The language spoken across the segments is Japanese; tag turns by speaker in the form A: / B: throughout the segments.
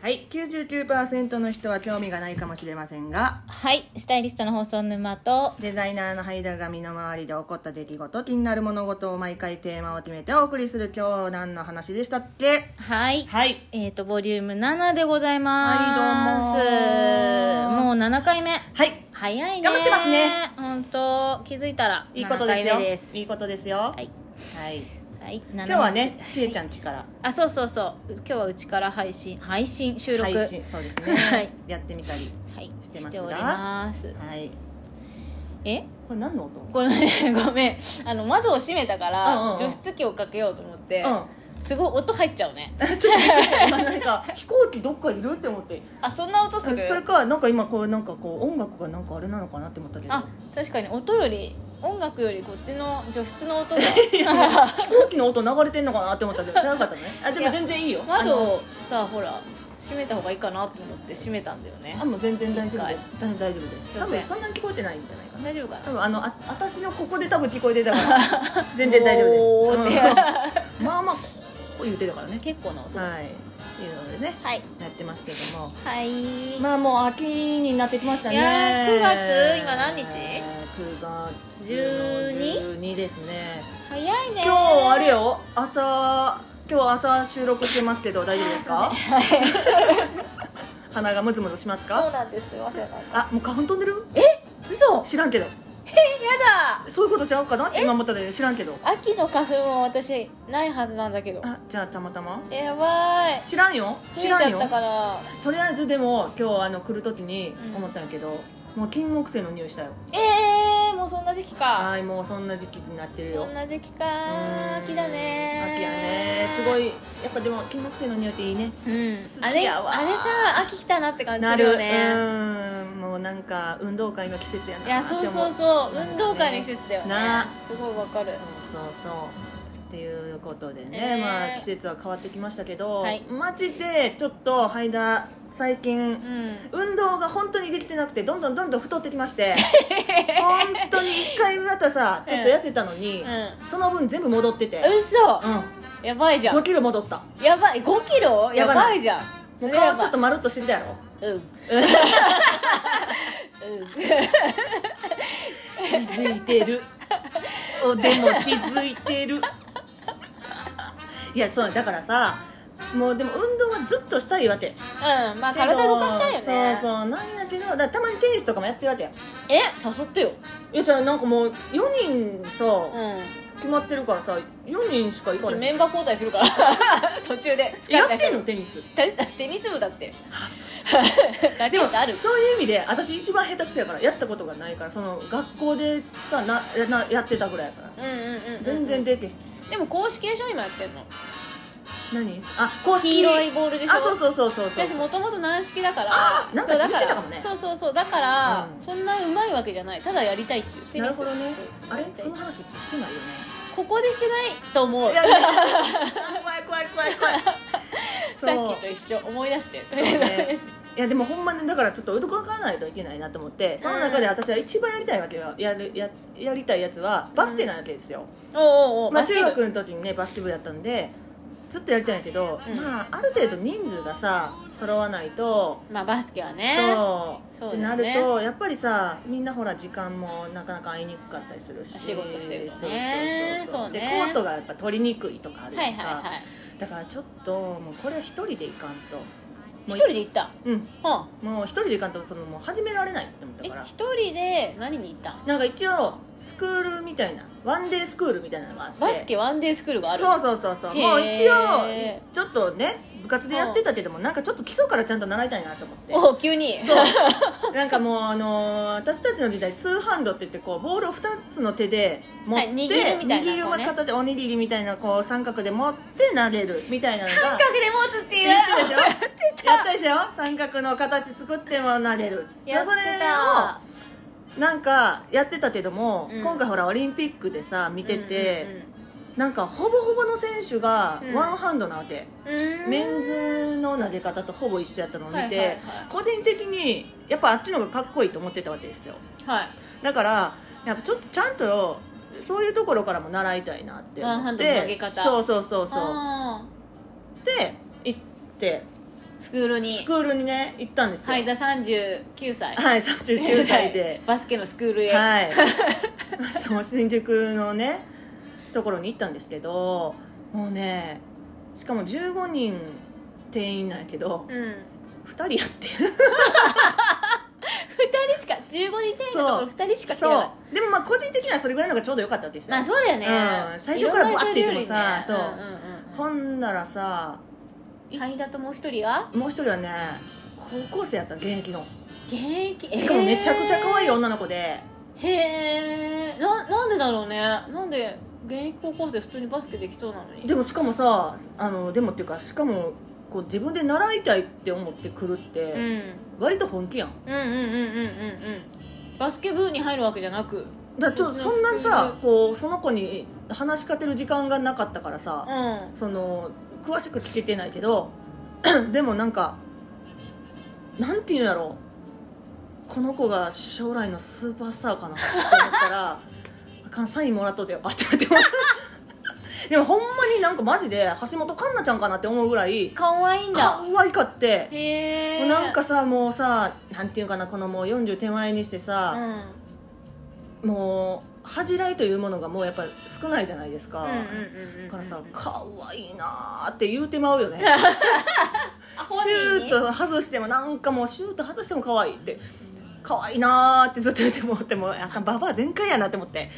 A: はい99%の人は興味がないかもしれませんが
B: はいスタイリストの放送沼と
A: デザイナーの間が身の回りで起こった出来事気になる物事を毎回テーマを決めてお送りする今日何の話でしたっけ
B: はい
A: はい
B: えっ、とボリューム7でございます、
A: はいどうも
B: もう7回目
A: はい
B: 早いね
A: 頑張ってますね
B: 本当気づいたら
A: いいことです
B: 7
A: よ
B: 回目です
A: いいことですよ
B: は
A: はいい、
B: はい、
A: 今
B: 今
A: 日はねちえちゃんちから
B: あそうそうそう今日はうちから配信配信収録
A: 配信そうですね、
B: はい
A: やってみたり
B: はい
A: してますが
B: しております
A: はい
B: え
A: これ何の音
B: これねごめんあの窓を閉めたから、
A: うんうんうん
B: 除湿機をかけようと思って、
A: う
B: すごい音入っちゃうね
A: ん ちょっとびっくりした今なんか飛行機どっかいるって思って
B: あそんな音す
A: う
B: る
A: んそれかなんか今こうなんかこう音楽がなんかあれなのかなって思ったけど
B: あ確かに音より音楽よりこっちの除湿 の音が
A: 飛行機の音流れてんのかなって思ったけど違うかった ねあで
B: い
A: も
B: や
A: 全然いいよ
B: 窓
A: あの
B: をさほら閉めた方がいいかなと思って閉めたんだよね
A: あもう全然大丈夫です大大丈夫ですす
B: いま
A: 多
B: せん
A: 分そんなに聞こえてないんじゃないかな
B: 大丈夫か
A: 多
B: な
A: 分あのあ私のここで多分聞こえてたから 全然大丈
B: お
A: 夫
B: ーっ
A: で
B: て
A: す、 うんまあまあこう言ってたからね
B: 結構な音だ
A: はいっていうのでね
B: はい
A: やってますけども
B: はい、
A: まあもう秋になってきましたね
B: いやー9月今何日
A: 9月の
B: 12?
A: 12ですね
B: 早いね
A: 今日あれよ朝今日朝収録してますけど大丈夫です か鼻がムズムズします
B: そう
A: か
B: なんですよ忘れた
A: あもう花粉飛んでる
B: 嘘
A: 知らんけど
B: や
A: そういうことちゃうかなって今思ったで知らんけど
B: だ秋の花粉も私ないはずなんだけど
A: あじゃあたまたま
B: やばーい
A: 知らんよ知
B: 増えち
A: らん
B: ゃっ
A: よ
B: たから
A: とりあえずでも今日あの来る時に思ったんやけど、もう金木犀の匂いしたよ
B: えー、もうそんな時期か
A: はいもうそんな時期になってる
B: そ
A: よ
B: んな時期か
A: うん
B: 秋だね
A: 秋やねすごいやっぱでも金木犀の匂いっていいね
B: うんあ
A: 好き
B: れ
A: やわ
B: あれさ秋来たなって感じ
A: な
B: する
A: る
B: よね
A: うんもうなんか運動会の季節やない
B: やそうそうそう運動会の季節だよね
A: な
B: すごいわか
A: そう
B: る
A: そうそうっていうことでね、
B: ね
A: まあ季節は変わってきましたけど、
B: はい
A: マジでちょっとハイダ最近、
B: うん
A: 運動が本当にできてなくてどんどんどんどん太ってきまして 本当に1回目だったらさちょっと痩せたのに、
B: う
A: その分全部戻ってて、
B: 嘘
A: うん、
B: やばいじゃ
A: 5
B: ん
A: キロ戻った
B: やばい5キロ
A: や
B: や
A: ばない
B: ばいじゃんそ
A: もう
B: れや
A: 顔
B: ば
A: ち
B: い
A: ょっとまるっとしてたやろ
B: うんうん
A: 気づいて るおでも気づいてるいやそうだからさもうでも運動はずっとしたいわけ
B: うんまあ体動かしたいよ
A: けど
B: ね
A: そうそうなんやけどだからたまにテニスとかもやってるわけや
B: え誘ってよ
A: いやじゃあなんかもう4人さ、
B: うん
A: 決まってるからさ4人しか行
B: う
A: か
B: ち
A: ない
B: メンバー交代す るから途中で
A: や
B: 疲れた
A: っ
B: 人
A: てんのテニス
B: 大したテニス部だってだけ
A: でも
B: ってある
A: そういう意味で私一番下手くそやからやったことがないからその学校でさななやってたぐらいやから
B: うんうんうん
A: 全然
B: で
A: 出てへん
B: でも公式でしょ今やってんの
A: 何あ公式
B: 黄色いボールでしょ
A: あそうそうそうそうそう
B: 私もともと軟式だから
A: あーなんか
B: そうだら
A: 言ってたかもね
B: そうそうそうだから、
A: うん
B: そんなうまいわけじゃないただやりたいっていうテニ
A: な
B: ス
A: るほどね
B: そうそう
A: あれ
B: やりたい
A: その話してないよね
B: ここでしてないと思う
A: いや怖い怖い怖い 怖い
B: さっき
A: そ
B: と
A: う
B: 一緒思い出してと
A: う
B: りあ
A: ね
B: えず
A: いやでもほんまねだからちょっと動かないといけないなと思ってその中で私は一番やりたいわけよやるややりたいやつはバスケなわけですよ、
B: おうおうおう
A: まあ、
B: バ
A: 中
B: スケ部
A: 学の時にねバスケ部やったんでずっとやりたいんやけど、
B: うん
A: まあある程度人数がさ揃わないと、
B: まあバスケはね
A: そう
B: そう
A: って
B: だ
A: な
B: よ
A: る
B: ね
A: とやっぱりさみんなほら時間もなかなか会いにくかったりするし
B: 仕事してるよ
A: そうそうそ
B: ね
A: う
B: そう
A: でコ
B: ね
A: ートがやっぱ取りにくいとかあるや
B: はい
A: んか、
B: はいはい
A: だからちょっともうこれは一人でいかんともう
B: 一人で行った
A: うん
B: はあ
A: もう一人でいかんとそのもう始められないって思っ
B: え
A: たから
B: 一人で何に行ったん
A: なんか一応スクールみたいなワンデースクールみたいなのがあって
B: バスケワンデースクールがある
A: そうそうそうそう
B: へー
A: もう一応ちょっとね部活でやってたけどもなんかちょっと基礎からちゃんと習いたいなと思って
B: おう急に
A: そう なんかもうあのー私たちの時代ツーハンドって言ってこうボールを2つの手で持って、
B: はい握るみたいな
A: 握
B: こう
A: る
B: ね
A: 形でおにぎりみたいなこう三角で持って投げるみたいなのが
B: 三角で持つっていう
A: やったでしょやったでしょ三角の形作っても投げる
B: やって
A: それを
B: た
A: なんかやってたけども、
B: うん
A: 今回ほらオリンピックでさ見てて、
B: うんうんうん
A: なんかほぼほぼの選手が
B: うん
A: ワンハンドなわけ、
B: うーん
A: メンズの投げ方とほぼ一緒やったのを見て、
B: はいはいはい
A: 個人的にやっぱあっちの方がかっこいいと思ってたわけですよ
B: はい
A: だからやっぱちょっとちゃんとそういうところからも習いたいなって
B: ワンハ
A: 思っ
B: ン
A: て
B: ドの投げ方
A: そうそうそうそう
B: あ
A: で行って
B: スクールに
A: スクールにね行ったんですよ
B: はいだ39歳
A: はい39歳で
B: バスケのスクールへ、
A: はい そう新宿のねところに行ったんですけどもうねしかも15人定員なんやけど、
B: うん、2
A: 2人やって
B: 人しか15人定員のところ2人しか来て
A: そ
B: ないう
A: でもまあ個人的にはそれぐらいのがちょうど良かったですね、
B: まあそうだよね、
A: うん最初からバーって言ってもさ
B: いろんな人いるよりねうんうん
A: ほんならさ
B: うん会員だともう一人は
A: もう一人はね高校生やった現役の
B: 現役
A: しかもめちゃくちゃ可愛い
B: よ
A: 女の子で、
B: へえななんでだろうねなんで現役高校生普通にバスケできそうなのに
A: でもしかもさあのでもっていうかしかもこう自分で習いたいって思ってくるっ
B: うん、
A: て、割と本気やん
B: うんうんうんうんうんうんバスケ部に入るわけじゃなく
A: だからちょっとそんなさこうその子に話しかける時間がなかったからさ
B: う、ん
A: その詳しく聞けてないけど でもなんかなんていうんやろうこの子が将来のスーパースターかなって思ったら あかんサインもらっ とってよかったって思うでもほんまになんかマジで橋本環奈ちゃんかなって思うぐらい
B: 可愛いんだ
A: 可愛かって
B: へえ
A: もうなんかさもうさなんていうんかなこのもう40手前にして
B: うん
A: さ、もう恥じらいというものがもうやっぱ少ないじゃないですか、
B: うんうんうんうん
A: だからさ
B: うん
A: 可愛いなーって言うてまう よね
B: あ本
A: シ
B: 人
A: ュ
B: に
A: ート外してもなんかもうシュート外しても可愛いって可愛いなーってずっと言ってもってもうあかんババア全開やなって思って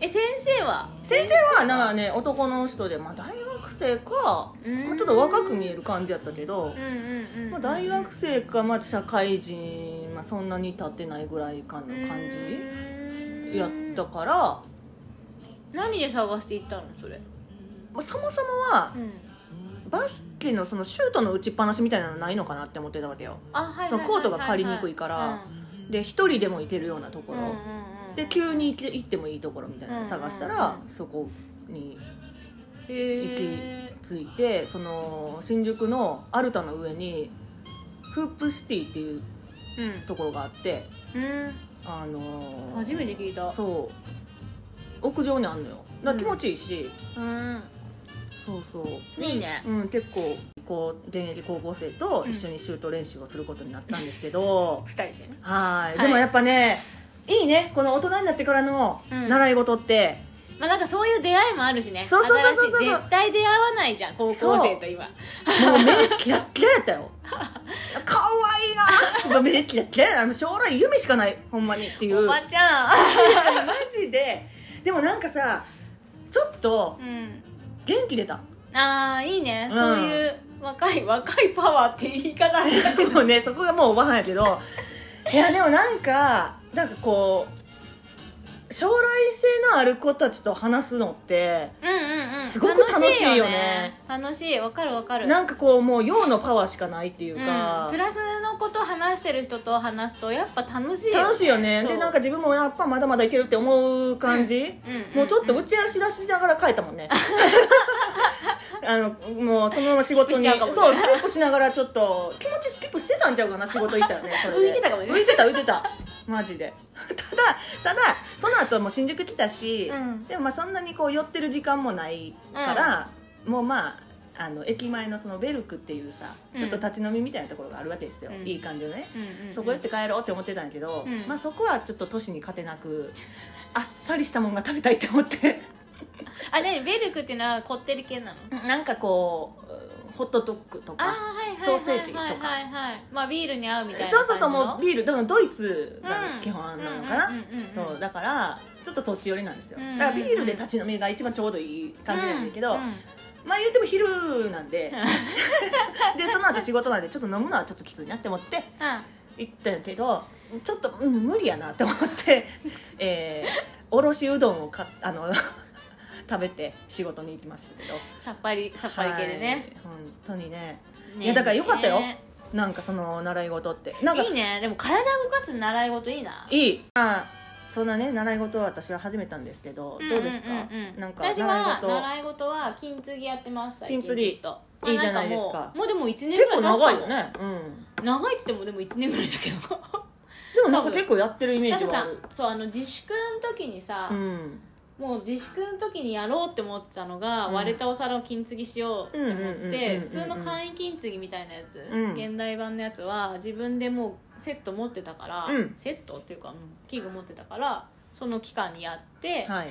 B: え先生は
A: 先生はなんかね男の人で、まあ、大学生か、
B: うーん
A: まあ、ちょっと若く見える感じやったけど
B: うん、うんうん
A: まあ、大学生か、まあ、社会人、まあ、そんなに経ってないぐらいかの感じ
B: じ
A: やったから、ま
B: 何で探していったのそれ
A: あ、そもそもは
B: うん
A: バスケのそのシュートの打ちっぱなしみたいなのないのかなって思ってたわけよ
B: あはいはいはいはい
A: そ
B: は
A: の
B: い
A: コートが借りにくいからで一人でも行けるようなとこ
B: うん
A: ろ、
B: うんうんうん
A: で急に行け行ってもいいところみたいな
B: う
A: の
B: ん
A: 探したら、
B: うん
A: そこに
B: へ
A: 着いてその新宿のアルタの上にフープシティっていう
B: ーうん
A: ところがあって
B: うん
A: あのー
B: 初めて聞いた
A: そう屋上にあんのよだから気持ちいいし、
B: うん
A: そうそう
B: いいね
A: うん、結構こう現役高校生と一緒にシュート練習をすることになったんですけど、
B: 二人でね
A: はいいでもやっぱねいいねこの大人になってからの
B: うん
A: 習い事って、
B: まあなんかそういう出会いもあるしね
A: そうそうそうそうそう
B: 新しい絶対出会わないじゃん高校生と今
A: もう目キラッキラやった よ可愛いな目キラッキラやなもう将来夢しかないほんまにっていう
B: おばちゃん
A: マジででもなんかさちょっと
B: うん
A: 元気出た
B: ああいいね
A: うん
B: そういう若い 若いパワーって言い方あれだけど
A: もうねそこがもうおばはんやけどいやでもなんかなんかこう将来性のある子たちと話すのって
B: うんうんうん
A: すごく楽しいよね
B: 楽しいわかるわかる
A: なんかこうもう陽のパワーしかないっていうか、
B: うん、プラスのこと話してる人と話すとやっぱ楽しいよ
A: 楽しいよね
B: そう
A: でなんか自分もやっぱまだまだいけるって思う感じ、
B: うんうん
A: もうちょっと打ち足出しながら帰ったもんね あのもうそのまま仕事に
B: スキップしちゃうかもね
A: そうスキップしながらちょっと気持ちスキップしてたんちゃうかな仕事行ったよねそれで
B: 浮いてたかもね
A: 浮いてた浮いてたマジで ただただその後もう新宿来たし、
B: うん
A: でもまあそんなにこう寄ってる時間もないから、もうまああの駅前のそのベルクっていうさちょっと立ち飲みみたいなところがあるわけですよ、
B: うん
A: いい感じのね、
B: うんうん
A: そこ寄って帰ろうって思ってたんやけど、
B: うん
A: まあそこはちょっと都市に勝てなく あっさりしたもんが食べたいって思って
B: あれベルクっていうのはこってり系 なの
A: なんかこうホットドッグと
B: あ
A: か
B: ーはいはいはいはい
A: ソーセージとか
B: はいはいはいまあビールに合うみたいな
A: そうそうそうもう
B: 感じの
A: ビールでもドイツ
B: う
A: が
B: ん
A: 基本なのかな、
B: うんうんうんうん
A: そうだからちょっとそっち寄りなんですよ、
B: うんうんうん
A: だからビールで立ち飲みが一番ちょうどいい感じなんだけど、
B: うんうん
A: まあ言うても昼なん ででその後仕事なんでちょっと飲むのはちょっときついなって思って
B: あ
A: 行ったんやけどちょっと、うん、無理やなと思って、 えーおろしうどんをかあの 食べて仕事に行きましたけど
B: さっぱりさっぱり系でね、
A: はい本当にね
B: ね
A: いやだからよかったよ
B: ね
A: なんかその習い事ってなんかい
B: いいねでも体動かす習い事いいない
A: まあそんなね習い事を私は始めたんですけど、どうですか、
B: んんうん
A: なんか
B: 私は
A: 習い事
B: 習い事は金継ぎやってます最近
A: 金継ぎ
B: ずっと
A: いいじゃないですか
B: まあんもうもうでも1年ぐら
A: 結
B: い
A: 構
B: 経つかも
A: 長いよねうん
B: 長いっつってもでも1年ぐらいだけど
A: でもなんか結構やってるイメ
B: な
A: ー
B: ん
A: ジ
B: か
A: はあ
B: さ
A: る
B: そうあの自粛の時にさ、
A: うん
B: もう自粛の時にやろうって思ってたのが、
A: うん
B: 割れたお皿を金継ぎしようって思
A: うんうんうんう
B: っ
A: んうんう
B: て
A: ん
B: 普通の簡易金継ぎみたいなやつ、
A: うん
B: 現代版のやつは自分でもうセット持ってたから、
A: うん
B: セットっていうかうん器具持ってたからその期間にやって、
A: はい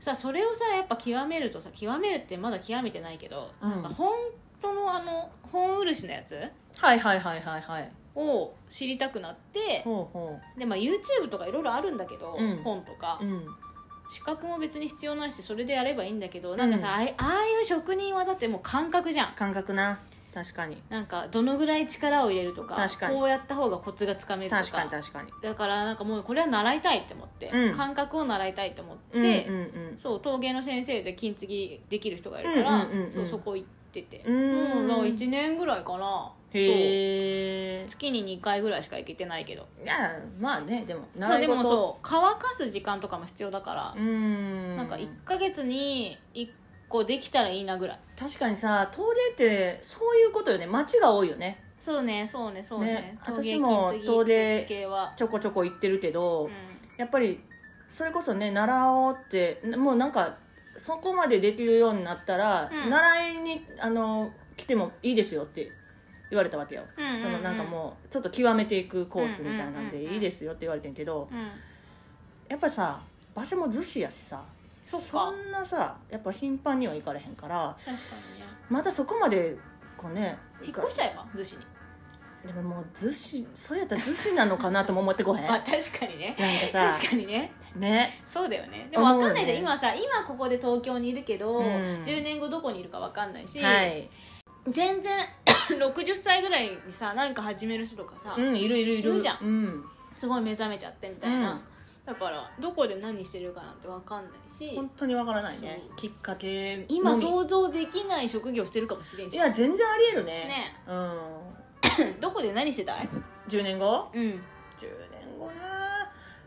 B: さそれをさやっぱ極めるとさ極めるってまだ極めてないけど、
A: うん
B: なんか本当のあの本漆のやつ
A: はいはいはいはいはい
B: を知りたくなって、
A: ほうほ
B: でまあ、YouTube とかいろいろあるんだけど、
A: うん
B: 本とか
A: う、うん
B: 資格も別に必要ないしそれでやればいいんだけどなんかさ、あいああいう職人技ってもう感覚じゃん
A: 感覚な確かに
B: なんかどのぐらい力を入れるとか
A: 確かに
B: こうやった方がコツがつかめるとか
A: 確かに確かに
B: だからなんかもうこれは習いたいって思って、
A: うん
B: 感覚を習いたいと思って、
A: うんうん
B: そう陶芸の先生で金継ぎできる人がいるから、
A: うんうんうんうん
B: そうそこ行ってて、
A: うーん
B: もう1年ぐらいかなそう
A: へえ
B: 月に2回ぐらいしか行けてないけど
A: いやまあねでも
B: そう
A: 習い
B: で
A: 事
B: もそう乾かす時間とかも必要だから、
A: うーん
B: なんか1か月に1個できたらいいなぐらい
A: 確かにさ陶芸ってそういうことよね街が多いよね
B: そうねそうねそうね
A: ね
B: 陶芸
A: 私も
B: 金継ぎ
A: 陶芸
B: 陶器系は、
A: ちょこちょこ行ってるけど、
B: うん
A: やっぱりそれこそね習おうってもうなんかそこまでできるようになったら、
B: うん
A: 習いにあの来てもいいですよって言われたわけよ、
B: うんうんうん
A: そのなんかもうちょっと極めていくコースみたいなん
B: うん
A: で
B: うんうんうん
A: いいですよって言われてんけど
B: うん、
A: やっぱさ場所も逗子やしさ
B: そっか
A: んなさやっぱ頻繁には行かれへんから
B: 確かにね
A: またそこまでこうね
B: 引っ越しちゃえば逗子に、
A: でももう逗子それやったら逗子なのかなとも思ってこへんな
B: あ
A: んか
B: 確かにね
A: さ
B: 確かにね
A: ね
B: そうだよねでも分かんないじゃん、
A: 思うよね
B: 今さ今ここで東京にいるけど、
A: うん
B: 10年後どこにいるか分かんないし、
A: はい
B: 全然 60歳ぐらいにさなんか始める人とかさ、
A: うんいるいるいる
B: いるじゃん
A: うん
B: すごい目覚めちゃってみたいな、
A: うん
B: だからどこで何してるかなんて分かんないし
A: 本当にわからないね
B: そう
A: きっかけのみ
B: 今想像できない職業してるかもしれんし
A: いや全然ありえるね
B: ね
A: うん
B: どこで何してたい
A: 10年後
B: う
A: 10
B: ん
A: 年後ね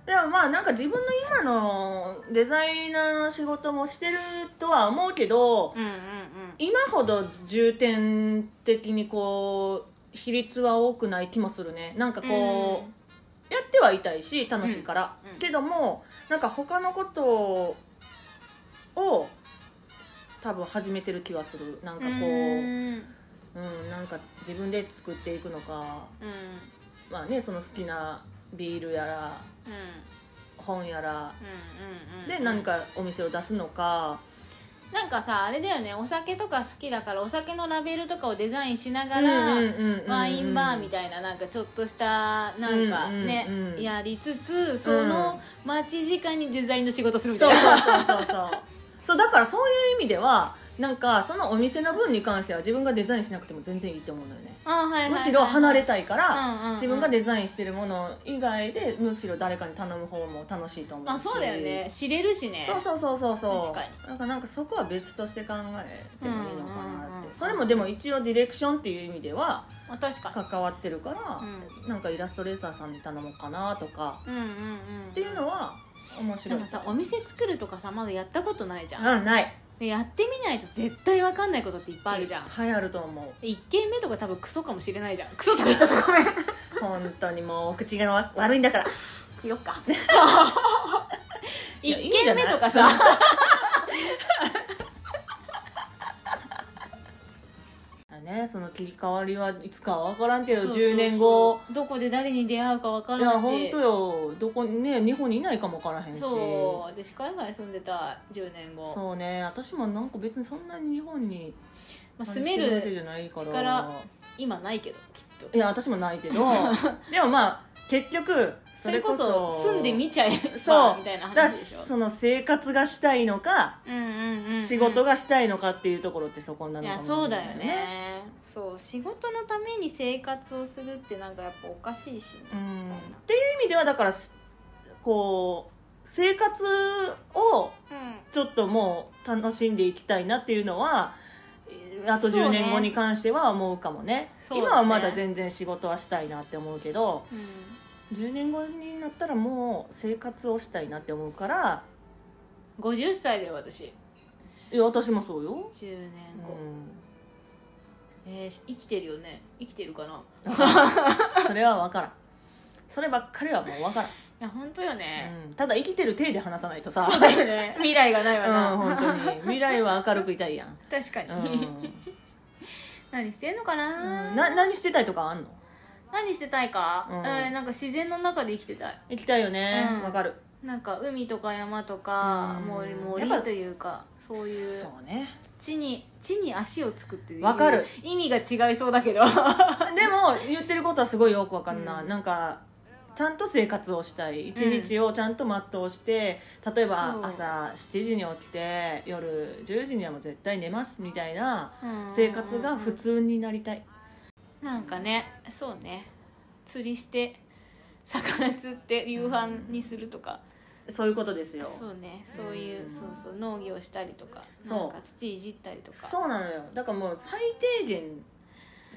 A: でもまあなんか自分の今のデザイナーの仕事もしてるとは思うけど
B: うんうん
A: 今ほど重点的にこう比率は多くない気もするねなんか
B: うん
A: こう、やってはいたいし楽しいから、
B: うんうん
A: けどもなんか他のことを多分始めてる気はするなんかこう、
B: うん
A: うん、なんか自分で作っていくのか
B: うん
A: まあねその好きなビールやら
B: うん
A: 本やら
B: うんうん
A: で何かお店を出すのか
B: なんかさあれだよねお酒とか好きだからお酒のラベルとかをデザインしなが、
A: からワ
B: ワインバーみ
A: い
B: たいななんかちょっとしたなんかね、
A: うんうんうん
B: やりつつその待ち時間にデザインの仕事するみたい
A: そうそ
B: な
A: うそうそうそうそうだからそういう意味ではなんかそのお店の分に関しては自分がデザインしなくても全然いいと思うのよね
B: あはいはいはい
A: むしろ離れたいから、
B: うんうんうん
A: 自分がデザインしてるもの以外でむしろ誰かに頼む方も楽しいと思うし
B: まあそうだよね知れるしね
A: そうそうそうそうそう
B: 確か
A: なんかなんかそこは別として考えてもいいのかなって、
B: うんうんうん
A: それもでも一応ディレクションっていう意味では
B: まあ確か
A: 関わってるから、なんかイラストレーターさんに頼もうかなとか、
B: にうんうんうん
A: っていうのは面白
B: ないんかさお店作るとかさまだやったことないじゃん、
A: あない
B: でやってみないと絶対わかんないことっていっぱいあるじゃ
A: い
B: ん
A: っぱいあると思
B: 一軒目とか多分クソかもしれないじゃんクソとか言っちゃったごめん
A: う本当にもうお口がわ悪いんだ から
B: 着よっか
A: い
B: 一
A: やいいんじゃ
B: 軒
A: な
B: 目
A: い
B: とかさ
A: だ ねその切り替わりはいつかは分からんけど
B: そうそうそう
A: 10年後
B: どこで誰に出会うかわか
A: い
B: ら
A: や
B: んし
A: 本当よどこにね日本にいないかも分からへんし
B: そう私海外住んでた10年後、ま
A: そうね私もなんか別にそんなに日本に
B: あ、住める
A: 力
B: 力今ないけどきっと
A: いや私もない けどでもまあ結局
B: それこそ住んでみちゃえば
A: そう
B: みたいな
A: だ
B: 話でしょ
A: その生活がしたいのか、
B: うんうんうんうん
A: 仕事がしたいのかっていうところってそこないのか
B: や
A: も
B: そうだよねそう仕事のために生活をするってなんかやっぱおかしいしね
A: うんっていう意味ではだからすこう生活を
B: う
A: ちょっともう楽しんでいきたいなっていうのはあと
B: そう
A: 10
B: ね
A: 年後に関しては思うかもね
B: そうだね
A: 今はまだ全然仕事はしたいなって思うけど
B: ん、
A: 10年後になったらもう生活をしたいなって思うから
B: うん、50歳だよ私
A: いや私もそうよ、
B: 10年後、
A: う、
B: えー生きてるよね生きてるかなん
A: それは分からんそればっかりはもう分からん
B: いや本当よね、
A: うん、ただ生きてる体で話さないとさ
B: そうだよ ね未来がないわな、
A: うん本当に未来は明るくいたいや ん、
B: 確か
A: う
B: に、
A: ん、
B: 何してんのかな,、
A: な何してたいとかあんの
B: 何してたいか、
A: う
B: うんんなんか自然の中で生きてたい
A: 行きたいよね
B: うん
A: わ、かる
B: なんか海とか山とか
A: うん
B: 森
A: やっ
B: 森
A: ぱ
B: というかそういう
A: そうね
B: 地に地に足をつくっていう
A: わかる
B: 意味が違いそうだ けど
A: でも言ってることはすごいよくわかんない、
B: うん
A: なんかちゃんと生活をしたい一日をちゃんと全うして、例えば
B: そう
A: 朝7時に起きて夜10時にはもう絶対寝ますみたいな生活が普通になりたい、
B: なんかねそうね釣りして魚釣って夕飯にするとか、
A: そういうことですよ
B: そうねそういう、
A: うん
B: そうそう農業したりとか
A: そう
B: なんか土いじったりとか
A: そうなのよだからもう最低限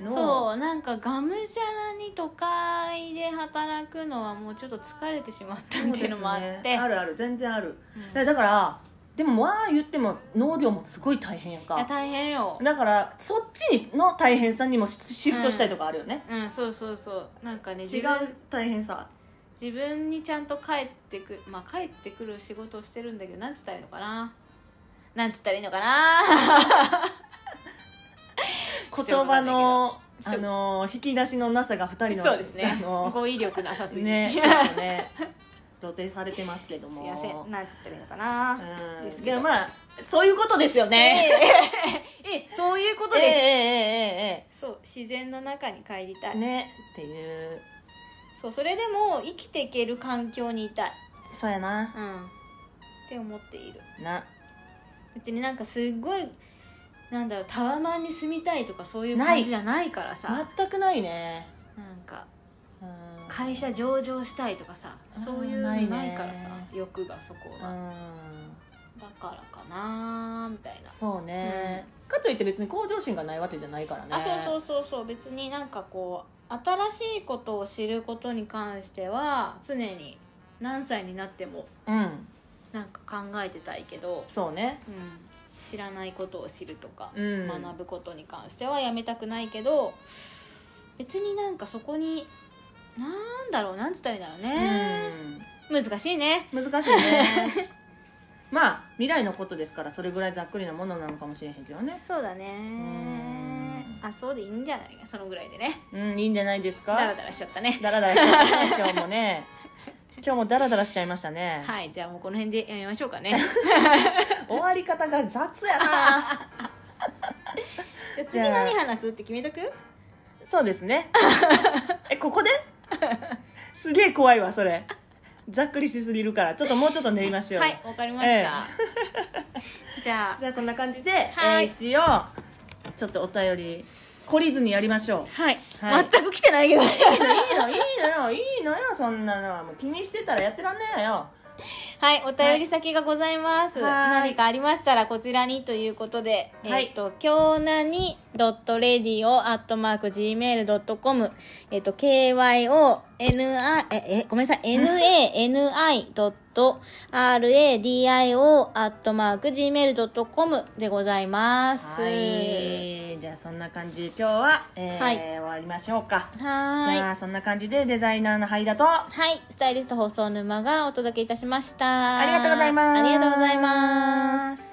A: の
B: そうなんかがむしゃらに都会で働くのはもうちょっと疲れてしまった
A: そう
B: っ
A: です
B: て
A: ね
B: いうのもあって、
A: あるある全然ある
B: うん
A: だだからでもまあ言っても農業もすごい大変やん
B: いや
A: か
B: 大変よ
A: だからそっちの大変さにもシシフトしたいとかあるよね、
B: うんそうそうそうなんかね自
A: 違う
B: 分
A: 大変さ
B: 自分にちゃんと帰ってくるまあ帰ってくる仕事をしてるんだけどなんつったらいいのかななんつったらいいのかな
A: 言葉の
B: し
A: あ
B: ょうがないけど
A: の引き出しのなさが二人の
B: そうですね
A: あの
B: 語彙力なさすぎ
A: ね ちょっとね露呈されてますけど
B: す
A: も
B: いませんなんつったらいいのかな
A: うん
B: ですけ
A: で
B: ど
A: もまあそういうことですよね、
B: ええええそういうこ
A: ええ
B: と
A: え
B: です、
A: ええええ
B: そう自然の中に帰りた
A: え
B: い、
A: ねっていう
B: そうそれでも生きていける環境にいたい、
A: そうやな
B: うん、って思っている
A: な
B: 別になんかすっごいなんだろうタワマンに住みたいとかそういう感じじゃないからさな
A: 全くないね
B: んか
A: うん
B: 会社上場したいとかさ
A: うん
B: そういう
A: な
B: のないい
A: ね
B: からさ欲がそこ
A: う
B: がだ
A: ん
B: からかなーみたいな
A: そうね、かといって別に向上心がないわけじゃないからね
B: あそううそうそうそう別になんかこう新しいことを知ることに関しては常に何歳になっても
A: そううん
B: なんか考えてたいけど、
A: そうね
B: うん、知らないことを知るとか、
A: うん
B: 学ぶことに関してはやめたくないけど別になんかそこになんだろうなんつったらいいんだろうね、難しいね
A: うん難しいね まあ未来のことですからそれぐらいざっくりなものなのかもしれへんけどね
B: そうだ
A: ね
B: ねあそうでいいんじゃないかそのぐらいでね
A: うんいいんじゃないですか
B: ダラダラしちゃったね
A: だらだらしちゃったね今日もね今日もダラダラしちゃいましたね、
B: はいじゃあもうこの辺でやめましょう かね
A: 終わり方が雑やな
B: じゃあ次何話すって決めとく
A: そうですね えこ こですげえ怖いわそれざっくりしすぎるからちょっともうちょっと練りましょう
B: はいわかりました、じゃ
A: じゃあそんな感じで、
B: はい
A: えー一応ちょっとお便り懲りずにやりましょう
B: あはい、
A: はい
B: 全く来てないけど
A: いいのいいのよいいのよそんなのはもう気にしてたらやってらんねえよ
B: はいお便り先がございます、
A: はい
B: 何かありましたらこちらにということで、
A: はい
B: えっ、と京なに .radio.gmail.com えっと kyonani ええごめんなさ い nani.radio.gmail.com でございます
A: はいじゃあそんな感じで今日は、えー
B: はい
A: 終わりましょうか
B: はーい
A: じゃあそんな感じでデザイナーのハイダと
B: はい、スタイリスト放送沼がお届けいたしました。
A: ありがとうございます
B: ありがとうございます。